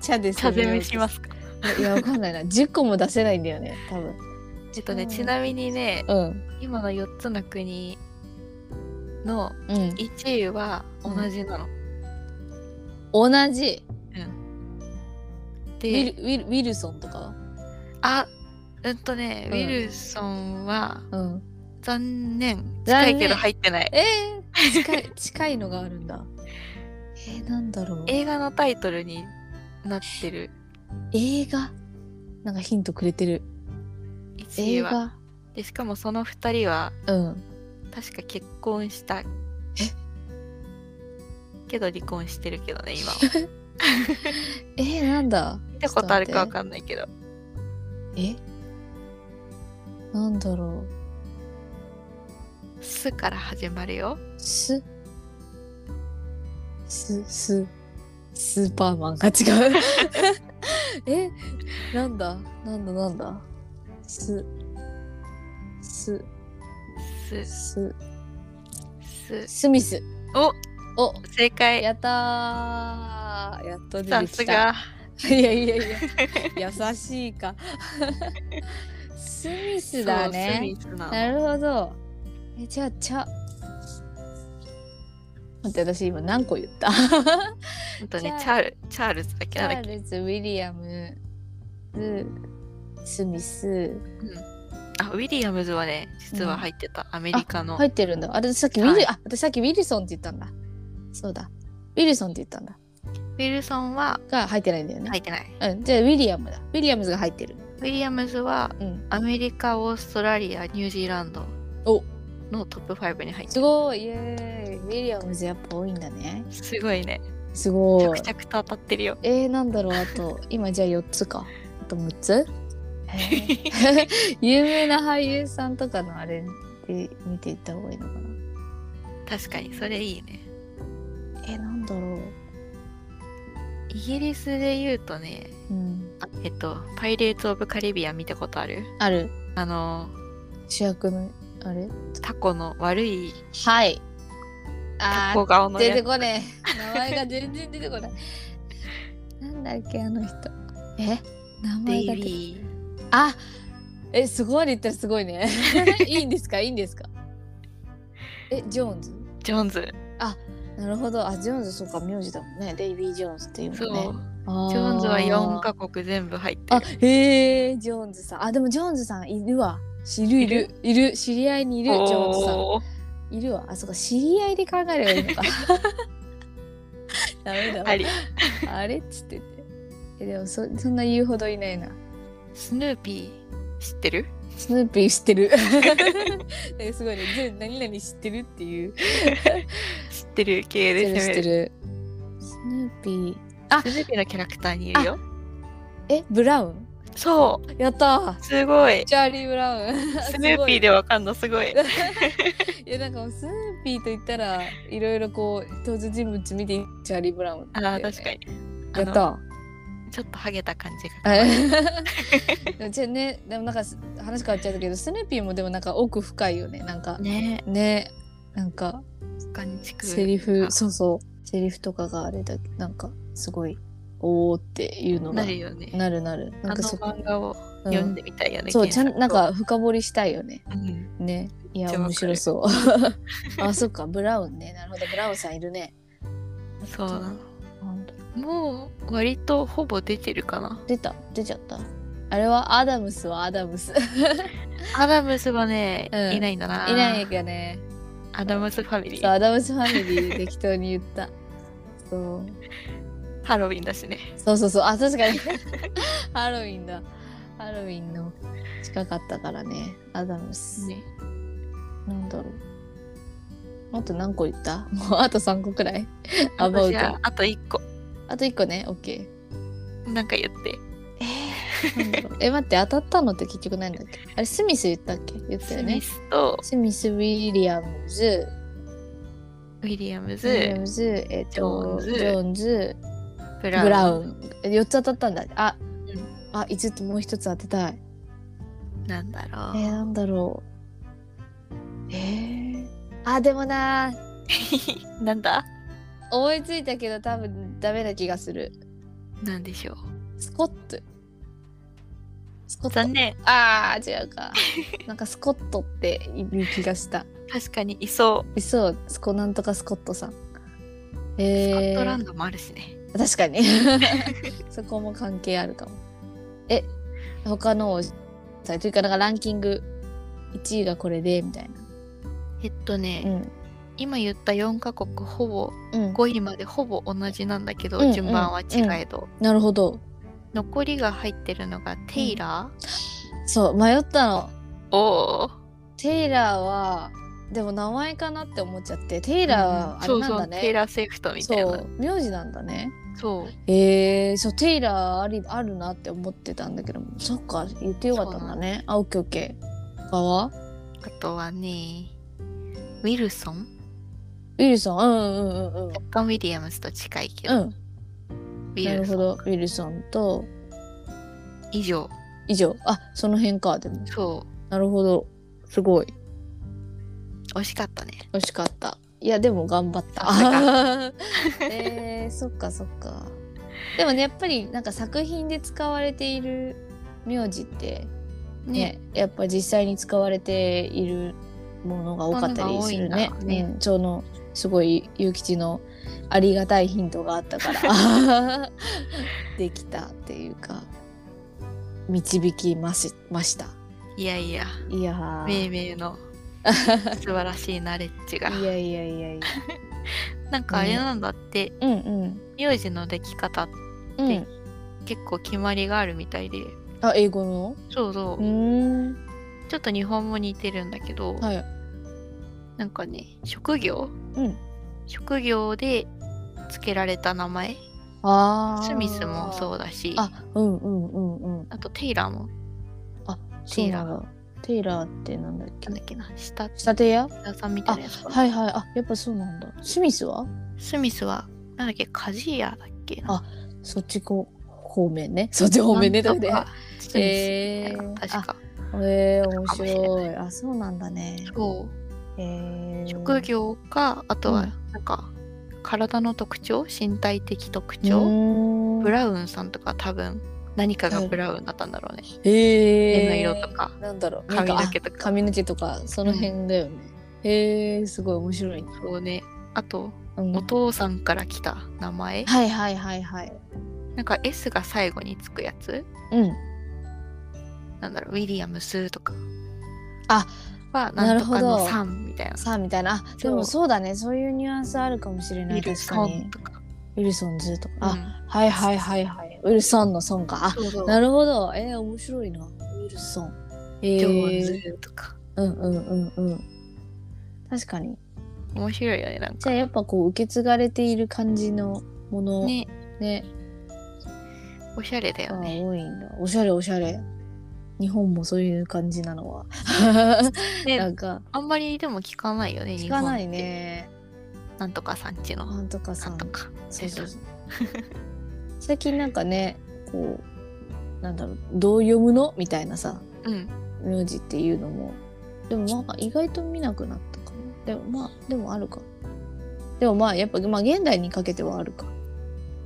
B: チャ です
A: 茶攻めしますすか。
B: いやわかんないな10個も出せないんだよね多分
A: えっとねちなみにね
B: うん
A: 今の4つの国の
B: うん
A: 1位は同じなの。
B: 同じウィ
A: で
B: ルウィルウィルソンとかは
A: あうんとね、
B: うん
A: ウィルソンは
B: うん
A: 残念
B: 残
A: 近
B: 念
A: いけど入ってない。
B: えー、近い近いのがあるんだえー、なんだろう
A: 映画のタイトルになってる
B: 映画なんかヒントくれてる
A: 1位
B: 映
A: は。
B: 画
A: でしかもその2人は
B: うん
A: 確か結婚した。けど離婚してるけどね今 は
B: えー、なんだ
A: 見たことあるかわ
B: ん
A: かんないけど
B: えなんだろ
A: 「
B: う
A: す」から始まるよ
B: す、す、す、スーパーマンが違う。 え、なんだ、なんだ、なんだ。す、す、
A: 「す」
B: す、
A: 「す
B: スミス。」
A: お
B: お、
A: 正解
B: やったー。やっと出
A: さ
B: て
A: す
B: きた。
A: が
B: いやいやいや、優しいか。 スミスだね。
A: そうスミスなの
B: なるほど。え、じゃあ、ちゃ。待って、私今何個言った
A: 本当に
B: じ
A: チャ
B: ゃ
A: ールチャールズだっ
B: チ
A: けなんだ
B: ャ
A: っ
B: ー
A: け
B: ルズ、ウィリアムズ、スミス。
A: あウィリアムズはね実は入ってた、アメリカの、
B: 入ってるんだ。あれ、さっきウィ
A: はい
B: リ、あ、私さっきウィルソンって言ったんだ。そうだ。ウィルソンって言ったんだ。
A: ウィルソンは
B: が入ってないんだよね。
A: 入ってない
B: うん、じゃあ、ウィリアムだ。ウィリアムズが入ってる。
A: ウィリアムズは
B: うん。
A: アメリカオーストラリアニュージーランド
B: お
A: のトップ5に入って
B: す
A: る
B: ごい、イエーイ。ウィリアムズやっぱ多いんだね。
A: すごいね
B: すごい
A: 着。々と当たってるよ
B: えー、なんだろうあと今じゃあ4つかあと6つ、 有名な俳優さんとかのあれで見ていった方がいいのかな
A: 確かにそれいいね
B: えー、なんだろう
A: イギリスで言うとね
B: うん
A: あえっと「パイレーツ・オブ・カリビアン」見たことある
B: ある
A: あの
B: 主役のあれ
A: タコの悪い
B: はい
A: タ
B: あ
A: コ
B: ー
A: 顔の
B: 出て
A: やつ
B: こねえ名前が全然出てこないなんだっけあの人え
A: デ
B: 名前
A: イ
B: が出て
A: ビー
B: あえすごいで言ったらすごい ねいいんですかいいんですかえジョーンズ
A: ジョーンズ
B: なるほど。あ、ジョーンズ、そうか、名字だもんね。デイビー・ジョーンズっていう
A: そう、
B: もんね。あ
A: ジョーンズは4
B: か。
A: カ国全部入って
B: あ
A: る、
B: へえ、ジョーンズさん。あ、でもジョーンズさんいるわ。いるいる。いる。知り合いにいる、ジョーンズさん。
A: おー
B: いるわ。あ、そうか、知り合いで考えればいいのか。 ダメだわ
A: あ。り
B: あれっつってて。え、でもそ、そんな言うほどいないな。
A: スヌーピー知ってる
B: スヌーピー知って る。えすごいね。全何々知ってるっていう。
A: 知ってる系
B: 知っ
A: で攻め
B: てる、知っ
A: る
B: てる。スヌーピー。
A: スヌーピーのキャラクターにいるよ
B: え、ブラウン
A: そ
B: やった
A: うすごい
B: チャーリー・ブラウン
A: スヌーピーでわかんのすごい
B: いやなんかスヌーピーと言ったらいろいろこう登場人物見てチャーリー・ブラウン
A: あ
B: だ
A: ー
B: よね
A: 確かにあ
B: や
A: の
B: った
A: ちょっとハゲた感じが可愛い
B: え でもじゃあねでもなんかす話変わっちゃったけどスヌーピーもでもなんか奥深いよねなんか
A: ね
B: ねなんか
A: 感じく
B: セリフ
A: あ
B: そうそうセリフとかがあれだなんかすごいおおっていうのが
A: なるよね
B: なるなる
A: あ
B: なん
A: の
B: かそ
A: 漫画を
B: うん
A: 読んでみたいよね、
B: そうちゃ
A: 原作
B: んなんか深掘りしたいよね
A: をうん
B: ねいや
A: めっちゃわ
B: 面
A: か
B: 白
A: る
B: そう あそっかブラウンねなるほどブラウンさんいるね
A: そうなの
B: ほんと
A: もう割とほぼ出てるかな
B: 出た出ちゃったあれはアダムスはアダムス
A: アダムスはね、
B: うん
A: いないんだない
B: ないかね
A: アダムスファミリ
B: そう
A: ー
B: アダムスファミリー適当に言ったそう
A: ハロウィンだしね
B: そうそうそうあ確 かにハロウィンだハロウィンの近かったからねアダムス、
A: ね
B: なんだろうあと何個言ったもうあと3個くらいアバウ
A: 私
B: ト
A: はあと1個
B: あと1個ね OK
A: なんか言って
B: なんだろ うえ待って当たったのって結局何だっけあれスミス言ったっけ言った
A: ス
B: よ
A: ミ
B: ね
A: スと
B: スミス・ウィリアムズ
A: ウィリアム
B: ウィリア
A: ズ
B: ムズえっ、と
A: ジ
B: ジ
A: ョーンズ
B: ョーンズ
A: ブラウン
B: ブラウン4つ当たったんだあ、
A: うん
B: あ5つもう1つ当てたい
A: なんだ
B: え
A: ろう
B: ー、なんだろう。えー、あ、でもなー、
A: なんだ
B: 思いついたけど多分ダメな気がする。
A: なんでしょう
B: スコット。スコッ
A: 残
B: ト。
A: 念
B: あー、違うか。なんかスコットっていう気がした。
A: 確かにいそう
B: いそう、スコなんとかスコットさん。
A: ス
B: え
A: コ
B: ー、
A: ットランドもあるしね
B: 確かに。そこも関係あるかも。え、他のをというか、なんかランキング1位がこれで、みたいな。
A: えっとね、
B: うん。
A: 今言った4カ国ほぼ
B: うん。
A: 5位までほぼ同じなんだけど、
B: うんうん
A: 順番は違えど、
B: なるほど。
A: 残りが入ってるのがテイラー、
B: そう、迷ったの。
A: おお
B: テイラーはでも名前かなって思っちゃってテイラーはあれなんだ
A: そうそうテイ
B: ね、
A: ラー・セフトみたい
B: そ
A: な
B: う名字なんだね
A: そう
B: えー、そうテイラーありあるなって思ってたんだけどそっか言ってよかったんだねあオッケーオッケー他は
A: あとはねウィルソン
B: ウィルソンうんうんうんうん
A: 若干ウィリアムズと近いけど、
B: うん
A: ウ
B: な
A: ィ
B: る
A: ルソン
B: ほどウィルソンと
A: 以上
B: 以上あその辺かでも
A: そ
B: なるほどすごいう
A: 惜しかったね
B: 惜しかったいやでも頑張った
A: さ
B: えー、そっかそっかでもねやっぱりなんか作品で使われている名字ってねやっぱ実際に使われているものが多かったりするね
A: ものが多いんだろうね
B: うん、そのすごい諭吉のありがたいヒントがあったから できたっていうか導きましました
A: いやいや
B: いやー
A: 命名 の素晴らしいナレッジが
B: いやいやいやいや
A: なんかあれなんだって
B: うんうん
A: 名字のでき方って
B: うん
A: 結構決まりがあるみたいで
B: あ英語の
A: そうそうう、
B: ーん
A: ちょっと日本も似てるんだけど、
B: はい
A: なんかね職業
B: うん
A: 職業で付けられた名前
B: あー
A: スミスもそうだし
B: あうんうんうんうん
A: あとテイラーも
B: あ
A: テイラー
B: そうなんだテイラーってなんだっけ
A: なんだっけな下
B: 仕立て屋
A: 下さんみたいなやつかな
B: はいはいあやっぱそうなんだスミスは
A: スミスはなんだっけカジーヤだっけな
B: あそっちこ方 面ねそっち方面ね
A: な
B: だ
A: ん
B: っ
A: と
B: て
A: かスミスみた
B: え
A: い
B: ー
A: な、確か
B: えー、面
A: かもしれない
B: 白いあそうなんだね
A: そう
B: えー、
A: 職業かあと
B: う
A: はなんか体の特徴身体的特
B: う
A: 徴
B: ーん
A: ブラウンさんとか多分何かがブラウンだったんだろうね
B: えー、
A: 目の色とか
B: なんだろう
A: 髪の毛
B: なん
A: とか
B: あ髪の毛とかその辺だよね、えー、すごい面白い、
A: そうねあと
B: うん
A: お父さんから来た名前
B: はいはいはいはい
A: なんか S が最後につくやつ
B: うん
A: なんだろうウィリアムスとか
B: あ
A: はなんとか
B: なる
A: の
B: ほど
A: さんみたいな
B: さあみたいなあでもそうだねそういうニュアンスあるかもしれ
A: ウ
B: ない
A: ィル
B: 確か
A: ソ
B: に
A: ンとか
B: ウィルソンズとか、
A: う
B: あ
A: ん
B: はいはいはいはいウィルソンのソンか
A: そうそ
B: あ
A: う
B: なるほどえー、面白いなウィルソンえ
A: ジョーン
B: ー、
A: ズとか
B: うんうんうんうん確かに
A: 面白いよねなん
B: じ
A: か
B: ゃあやっぱこう受け継がれている感じのものね
A: ねおしゃれだよね。
B: 多いんだ。おしゃれおしゃれ。日本もそういう感じなのは。
A: ね
B: なんか
A: あんまりでも聞かないよね、
B: 聞かない
A: 日本って。
B: ね。
A: なんとかさんちの。
B: なんとか
A: な
B: さ
A: ん
B: ん
A: と。か。
B: そうそうそう最近なんかね、こうなんだろうどう読むのみたいなさ
A: うん。
B: 名字っていうのもでもなんか意外と見なくなったかな。でもまあでもあるか。でもまあやっぱまあ現代にかけてはあるか。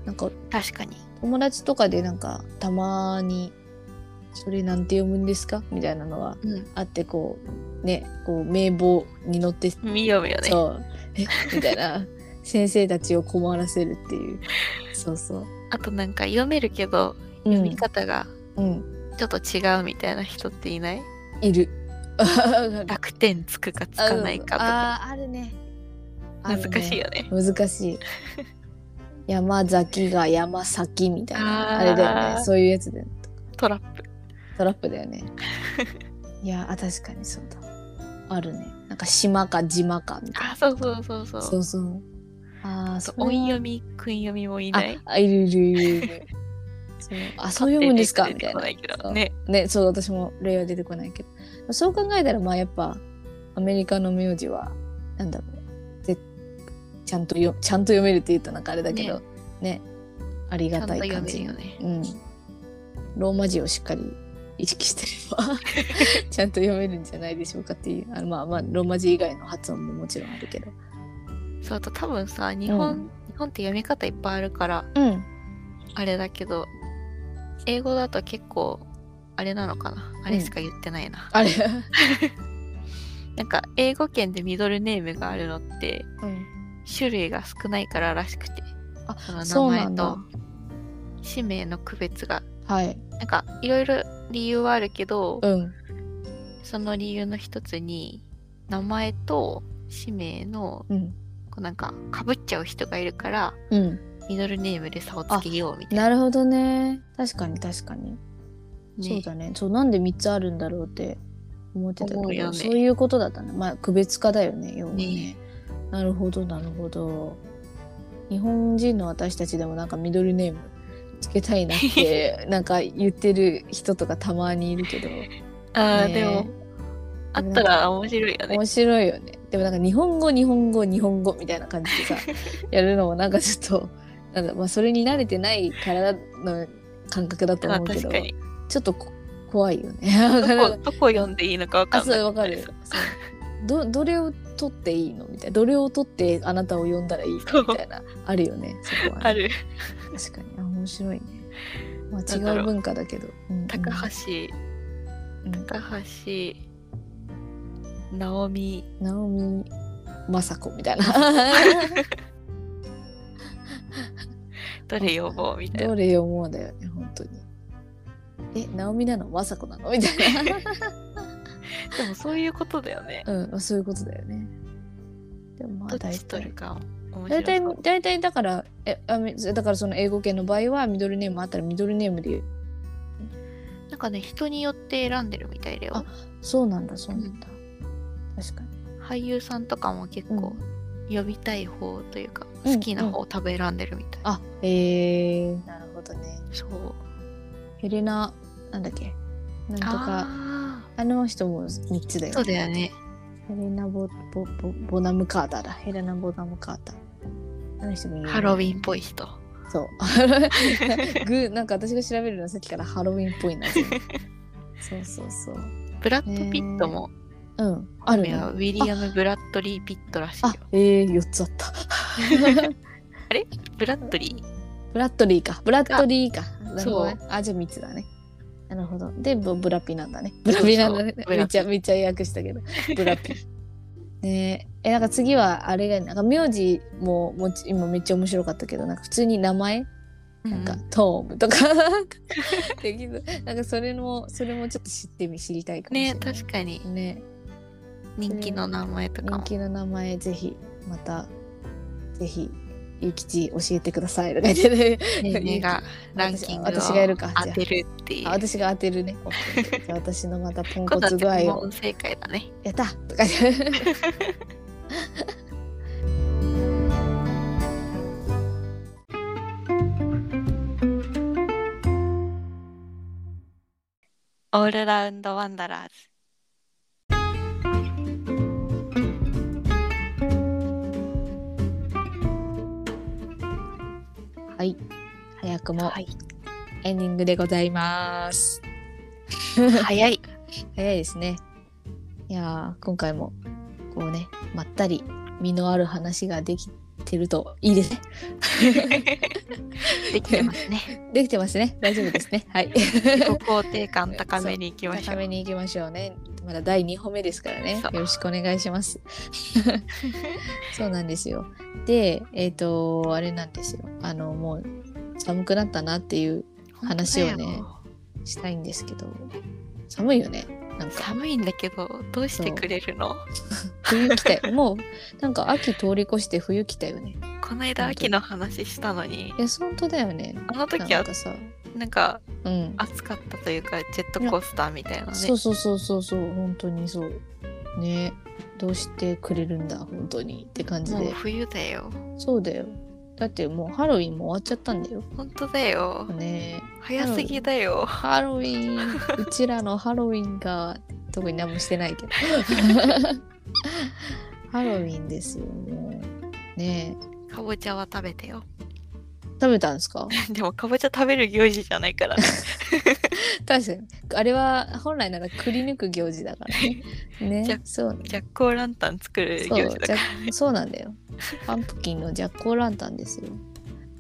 B: なんか
A: 確かに。
B: 友達とかでなんかたまに「それなんて読むんですか?」みたいなのは
A: うん。
B: あってこうねこう名簿に載って
A: 見よう見ようね。
B: そう「えみたいな先生たちを困らせるっていうそうそう、
A: あとなんか読めるけど、
B: うん、
A: 読み方が
B: うん
A: ちょっと違うみたいな人っていない
B: いる
A: 濁点つくか つかないかとか。
B: あーあるねあるね
A: 難しいよね。
B: 難しい 山崎が山崎みたいな
A: あ
B: あ
A: ー
B: れだよねそういうやつで
A: トラップ。
B: トラップだ よねいやあ確かにそうだあるねなんか島か島かみたい
A: あ、そうそうそうそう。
B: なそうそうあ
A: あ
B: あ
A: と
B: それは
A: 音読み、訓読みもい
B: あ
A: ない。
B: あいるいるいるい るそうあそう読むんですか
A: 出
B: み
A: て
B: たい
A: こ
B: な
A: ないけ
B: そ
A: ど
B: う
A: ね。
B: ねそう私も例は出てこないけどそう考えたらまあやっぱアメリカの名字はなんだろうぜちゃんとよちゃんと読めるって言うとなんかあれだけどねあり
A: ちゃ
B: が
A: んと
B: たい
A: 読
B: 感
A: め
B: じ
A: るよね。
B: うん、ローマ字をしっかり意識してれば ちゃんと読めるんじゃないでしょうかっていうあのまあまあローマ字以外の発音ももちろんあるけど
A: そうあと多分さ日本、
B: う
A: 日本って読み方いっぱいあるから
B: うん
A: あれだけど英語だと結構あれなのかなあれしか言ってないな、
B: あれ、
A: なんか英語圏でミドルネームがあるのって
B: うん、
A: 種類が少ないかららしくて
B: あ
A: そ
B: そ
A: の
B: うな
A: 名前
B: ん
A: と
B: だ
A: 氏名の区別が
B: はい
A: なんかいろいろ理由はあるけど、
B: うん
A: その理由の一つに名前と氏名の
B: うん
A: こうなんかかぶっちゃう人がいるから
B: うん
A: ミドルネームで差をつけようみたいな
B: なるほどね確かに確かに、
A: ね
B: そうだねそうなんで3つあるんだろうって思ってた
A: 思う
B: け
A: よ
B: ど、
A: ね
B: そういうことだったねまあ区別化だよね要はね
A: ね
B: なるほどなるほど日本人の私たちでもなんかミドルネームつけたいなっ てなんか言ってる人とかたまにいるけど
A: あー、
B: ね
A: でもあったら面白いよね。
B: 面白いよねでもなんか日本語日本語日本語みたいな感じ でさやるのもなんかちょっとなんだ、まあ、それに慣れてない体の感覚だと
A: あ
B: 思うけ
A: 確
B: ど
A: かに。
B: ちょっとこ怖いよ ね。
A: どこどこ読んでいいのかわか
B: あ
A: んない。
B: そうわかるそうどどれを取っていいのみたいなどれを取ってあなたを呼んだらいい
A: そ
B: の
A: う
B: みたいなあるよねそこはね
A: ある。
B: 確かにあ面白いね、まあ、
A: なんだろ
B: 違
A: う
B: う文化だけど、うんうん
A: 高橋、
B: うん
A: 高橋、直美、
B: 直美政子 みたいな
A: どれ呼ぼうみたいな。
B: どれ思うんだよね本当にえ直美なの政子なのみた いな
A: でもそういうことだよね。
B: うん、まあ、そういうことだよねでもま
A: ど
B: あ
A: っ
B: 大
A: ち取
B: 体
A: るか面白い
B: 大
A: か
B: 体
A: も。
B: 大体だからえあみだからその英語圏の場合はミドルネームあったらミドルネームで言う
A: なんかね、人によって選んでるみたいだよ
B: あ。そうなんだそうなんだ、確かに
A: 俳優さんとかも結構呼びたい方というか、
B: うん
A: 好きな方を多分選んでるみたい。
B: あえー、なるほどね
A: そう。
B: ヘレナなんだっけなんとかあ
A: あ
B: の人も3つだ
A: あ、
B: よ
A: そうだよね。
B: ヘレナボボボボナムカーターだヘレナボナムカーターあの人もいい、
A: ハロウィンっぽい人。
B: ンそう グーなんか私が調べるのはさっきからハロウィンっぽいなそうそうそう
A: ブラッド・ピットも
B: うんある
A: い
B: ね
A: やウィリアム・ブラッドリー・ピットらしいよ
B: あ。えー、4つあった
A: ブラッドリー
B: ブラッドリーか。ブラッドリーか。なるほどね
A: そ
B: あ、じゃあ3つだね。なるほど。で、ブブラピなんだね。ブラピなんだね
A: そう。そうブ
B: め
A: ラ
B: っ
A: ピ
B: ちゃめっちゃ訳したけど。ブ ラピ。ねえ、えなんか次はあれがいいななんか名字ももち今めっちゃ面白かったけど、なんか普通に名前なんか、トームとか できる。なんかそれもそれもちょっと知ってみ知りたいかもしれ
A: ね
B: ない。
A: 確かに
B: ね
A: 人気の名前とか
B: 人
A: も
B: 気の名前ぜひまたぜひゆきち教えてくださいとか言ってね。
A: ねねがランキングを
B: 私私がやるかじゃあ
A: 当てるっていう
B: あ私が当てるね。OK じゃあ私のまたポン
A: 今
B: コ
A: 度は
B: ツ具合
A: 全
B: を
A: 問正解だね
B: やったとか言って。
A: オールラウンドワンダラーズ。
B: はい。早くも
A: い、
B: エンディングでございます。
A: 早 い。
B: 早いですね。いやー今回もこうねまったり身のある話ができてるといいですね。
A: できてます ね。
B: できてますね。大丈夫で すね。はい。
A: 自己肯定感高めにいきましょ
B: 高
A: う。
B: めに行きましょうね。まだ第2歩目ですからね
A: そ。う
B: よろしくお願い します。そうなんですよ。で、えっ、と、あれなんですよ。あの、もう寒くなったなっていう話をね
A: 本当だよ
B: したいんですけど、寒いよね。なんか
A: 寒いんだけど、どうしてくれるの
B: 冬来たよ。 もうなんか秋通り越して冬来たよね。
A: この間秋の話したのに
B: い、や、本当だよね。
A: あの時
B: なん
A: は
B: かさ、
A: なんか
B: うん。
A: 暑かったというか、ジェットコースターみたいなね。
B: そうそうそうそうそう、本当にそう。ね。どうしてくれるんだ、本当にって感じ
A: もう
B: で。
A: 冬だよ。
B: そうだよ。だってもうハロウィンも終わっちゃったんだよ。
A: 本当だよ。
B: ね
A: 早すぎだよ。
B: ハロウィ ン、うちらのハロウィンが特に何もしてないけど。 ハロウィンですよ、もう。ねえ
A: かぼちゃは食べてよ。
B: 食べたんですか
A: でもかぼちゃ食べる行事じゃない からね。
B: 確かに。あれは本来ならくり抜く行事 だからね。
A: じゃ
B: ね。そう。
A: ジャックオーランタン作る
B: そ
A: 行
B: う
A: 事だから。
B: ジャそうなんだよ。パンプキンのジャック・オーランタンですよ。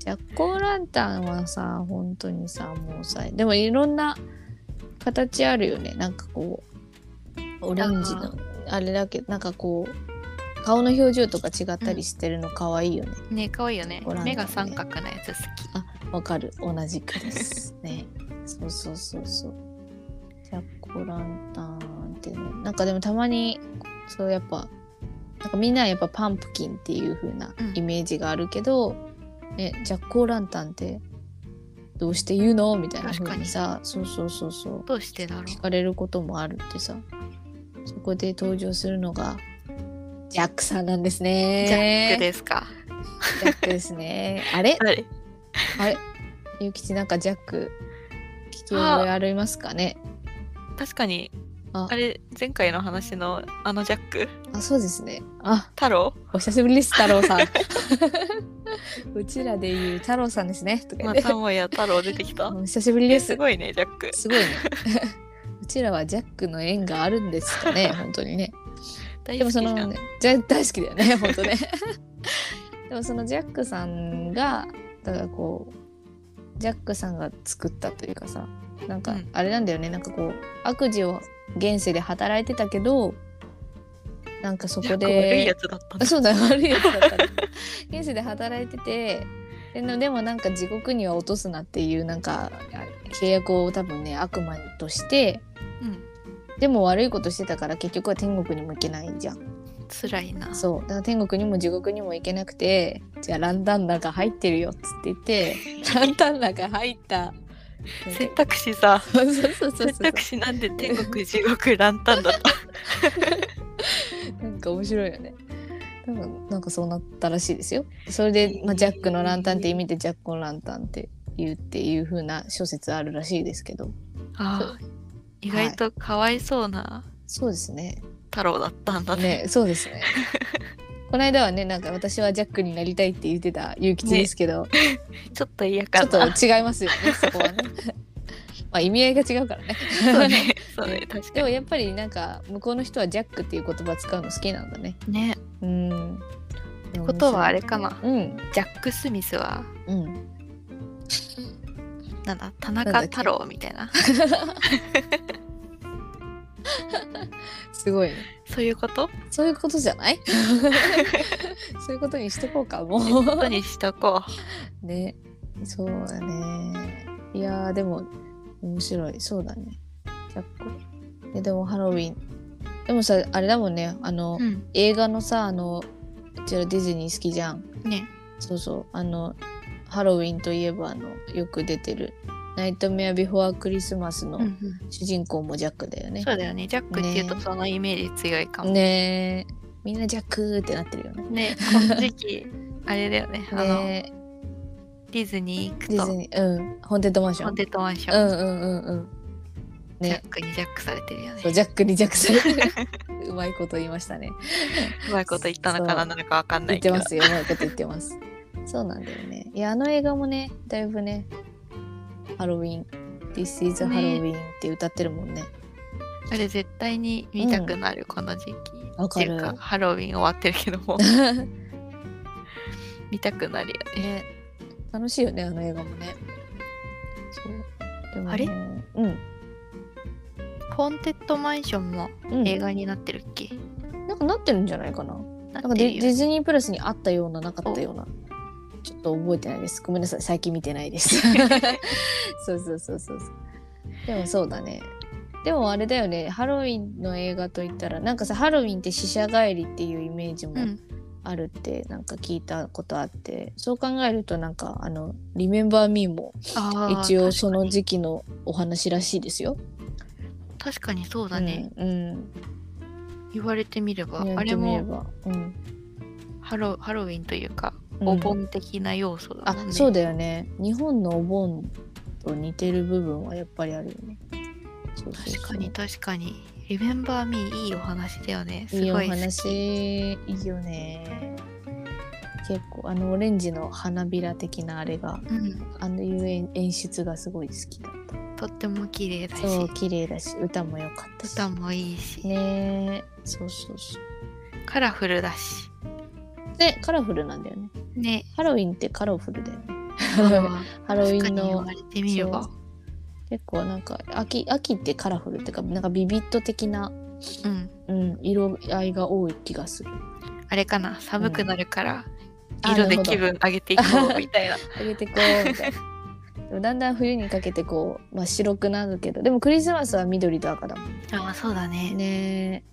B: ジャック・オーランタンはさ、本当にさ、もうさ、でもいろんな形あるよね。なんかこう、オレンジ
A: あ
B: の、あれだけど、なんかこう、顔の表情とか違ったりしてるの可愛いよね。
A: ね可愛いよね
B: オランダ。ね
A: 目が三角なやつ好き。
B: わ、かる。同じくです。ね。そうそうそうそう。ジャック・オーランタンってね、なんかでもたまに、そうやっぱ、なんかみんなやっぱパンプキンっていう風な
A: うん
B: イメージがあるけど、ね、ジャック・オーランタンってどうして言うのみたいな風にさ、そうそうそうそう、
A: どうしてだろう。
B: 聞かれることもあるってさ、そこで登場するのが、ジャックさんなんですね。
A: ジャックですか。
B: ジャックですね。あれ
A: はい。
B: あれ、ゆきちなんかジャック聞き覚えありますかね。
A: 確かに
B: あ
A: あれ前回の話のあのジャック
B: あ、そうですね。あ、
A: 太郎、
B: お久しぶりです太郎さ ん。うちらで言う太郎さんですね。とか
A: ま
B: ね
A: たもや太郎出てき た。
B: お久しぶりです
A: す。ごいねジャック。
B: すごいね。 うちらはジャックの縁があるんですかね、本当にね。
A: 大
B: で
A: 好
B: も
A: きじ
B: そ
A: ゃん。
B: のね、じゃ大好きだよね、 本当ね。でもそのジャックさんが、だからこう、ジャックさんが作ったというかさ、なん
A: う
B: か
A: ん
B: あれなんだよね、なんかこう、悪事を現世で働いてたけど、なんかそ
A: ジャ
B: こ
A: ック悪いや
B: で、
A: つだったん
B: あ
A: だ。
B: そうだ、悪いやつだったね。 現世で働いてて、ででもなんか地獄には落とすなっていうなんか契約を多分ね悪魔として
A: うん。
B: でも悪いことしてたから結局は天国にも行けないじゃん
A: 辛いな。
B: そうだから天国にも地獄にも行けなくてじゃあランタン中入ってるよっつって言って ランタン中入った
A: 選択肢さ。
B: そうそうそうそう
A: 選
B: そう
A: 択肢なんで天国地獄ランタンだっ た。
B: なんか面白いよね多分なんかそうなったらしいですよそれで、まあ、ジャックのランタンって意味でジャックのランタンって言うっていう風な諸説あるらしいですけど
A: ああ意外とかわいそうな
B: そうですね
A: 太郎だったんだね。
B: ねそうです ねこの間はねなんか私はジャックになりたいって言ってたゆうきちですけど、
A: ちょっと嫌か
B: ちょ
A: な。
B: っと違いますよね、そこは ね。まあ意味合いが違うからね。
A: そうね。 そうね。確
B: で
A: か
B: もやっぱりなんか向こうの人はジャックっていう言葉使うの好きなんだね。
A: に。ね。
B: うん。って
A: ことはあれかな
B: うん。
A: ジャック・スミスは
B: うん。
A: なんだ田
B: なんだ
A: 中
B: っけ
A: 太郎みたいな
B: すごいね。
A: そういう こと
B: そういうことじゃ ないそういうことにしとこうか、も
A: こと
B: う。
A: にしとこ
B: ね。そうだね。いやーでも面白い。そうだね。ジャック。えでもハロウィン。でもさ、あれだもんね。あの、
A: う。うん、
B: 映画のさあのうちらディズニー好きじゃん
A: ね
B: そうそうあのハロウィンといえばあのよく出てる「ナイトメア・ビフォア・クリスマス」の
A: うんうん
B: 主人公もジャックだよね。
A: そうだよねジャックっていうと
B: ね
A: そのイメージ強いかもね
B: ねえみんなジャックーってなってるよね。
A: この時期あれだよねあの
B: ね
A: ディズニー行く
B: ディズ
A: と
B: ニーうんホーンテッドマンショ
A: コ
B: ン。
A: ンテッドマンシ
B: う
A: ョン
B: んうんうんうん。
A: ジャ
B: ね
A: ックにジャックされてるよね
B: そうジャックにジャックされて るうまいこと言いましたね
A: うまいこと言ったのか
B: そ
A: な
B: う
A: なのかわかんな
B: 言
A: い
B: って
A: けど
B: ますようまいこと言ってますそうなんだよねいやあの映画もねだいぶねハロウィン This is
A: ね
B: Halloween って歌ってるもんね
A: あれ絶対に見たくなる、この時期
B: わかる
A: っていうかハロウィン終わってるけど も見たくなるよね
B: ね楽しいよねあの映画もねそうでもね
A: あれ
B: うん
A: ホーンテッドマンションも
B: うん
A: 映画になってるっけ、
B: なんかなってるんじゃないかな
A: な
B: な
A: っ
B: んか
A: てる
B: デデ
A: よね
B: ィズニープラスにあったようななかったようなちょっと覚えてないですごめんなさい最近見てないです そうそうそうそうそうでもそうだねでもあれだよねハロウィンの映画といったらなんかさハロウィンって死者帰りっていうイメージも
A: うん
B: あるってなんか聞いたことあって、そう考えるとなんかあの「リメンバー・ミー」も
A: あー
B: 一応そ
A: 確か
B: の
A: に
B: 時期のお話らしいですよ。
A: 確かにそうだね、
B: うん、うん
A: 言われてみれば
B: 言わ
A: あ
B: れ
A: れ
B: てみれ
A: も
B: ばうん
A: ハロハロウィンというか、
B: うん
A: お盆的な要素だ
B: あ
A: もんね
B: そうだよね日本のお盆と似てる部分はやっぱりあるよねそうそうそう
A: 確かに確かに「リメンバー・ミー」いいお話だよねす
B: いいお
A: ごい好き
B: 話いいよね結構あのオレンジの花びら的なあれが
A: うん、
B: あのいう演演出がすごい好きだっ
A: とっても綺麗だ
B: た
A: し
B: そう綺麗だし歌も良かったし
A: 歌もいいし、
B: ねそうそうそう
A: カラフルだし
B: でカラフルなんだよね
A: ね
B: ハロウィンってカラフルだよね
A: あー
B: ハロ
A: 確
B: ウ
A: か
B: ィ
A: に言
B: ンの
A: われてみれば
B: そう結構なんか秋秋ってカラフルっていうかなんかビビット的な
A: うん
B: うん、色合いが多い気がする。
A: あれかな寒くなるから、
B: あ
A: 色で
B: なるほど
A: 気分上げていこうみ たいな
B: 上げてこうみた いな。でもだんだん冬にかけてこう、まあ、白くなるけどでもクリスマスは緑と赤だもん
A: あーそうだね
B: ね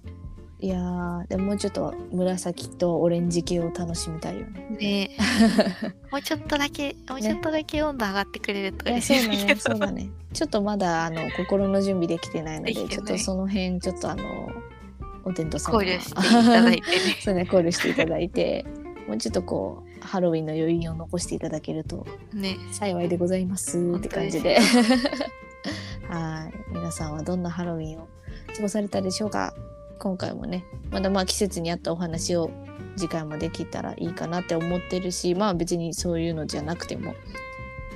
B: いやーでももうちょっと紫とオレンジ系を楽しみたいよね
A: ねもうちょっとだけもうちょっとだけ温度上がってくれると
B: いや
A: 嬉
B: そう
A: し い
B: だね
A: け
B: そ
A: ど、
B: うだねちょっとまだあの心の準備できてないので
A: できて
B: ちょ
A: な
B: っ
A: い
B: とその辺ちょっとあのお天道さん
A: 考
B: が
A: 慮していただいてね
B: そうね考慮していただいてもうちょっとこうハロウィンの余韻を残していただけると
A: ね
B: 幸いでございますって感じではい皆さんはどんなハロウィンを過ごされたでしょうか今回もねまだまあ季節に合ったお話を次回もできたらいいかなって思ってるしまあ別にそういうのじゃなくても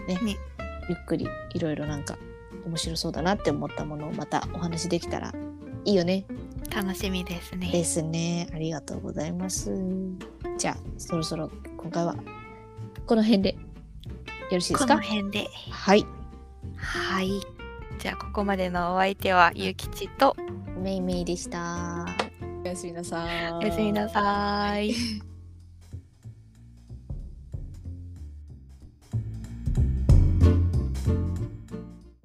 B: ね
A: ね
B: ゆっくりいろいろなんか面白そうだなって思ったものをまたお話できたらいいよね
A: 楽しみですね
B: ですねありがとうございますじゃあそろそろ今回はこの辺でよろしいで
A: こ
B: すか
A: の辺で
B: はい
A: はいじゃあここまでのお相手はゆうきちと
B: めいめいでした。おやすみなさ
A: おやすみなさーい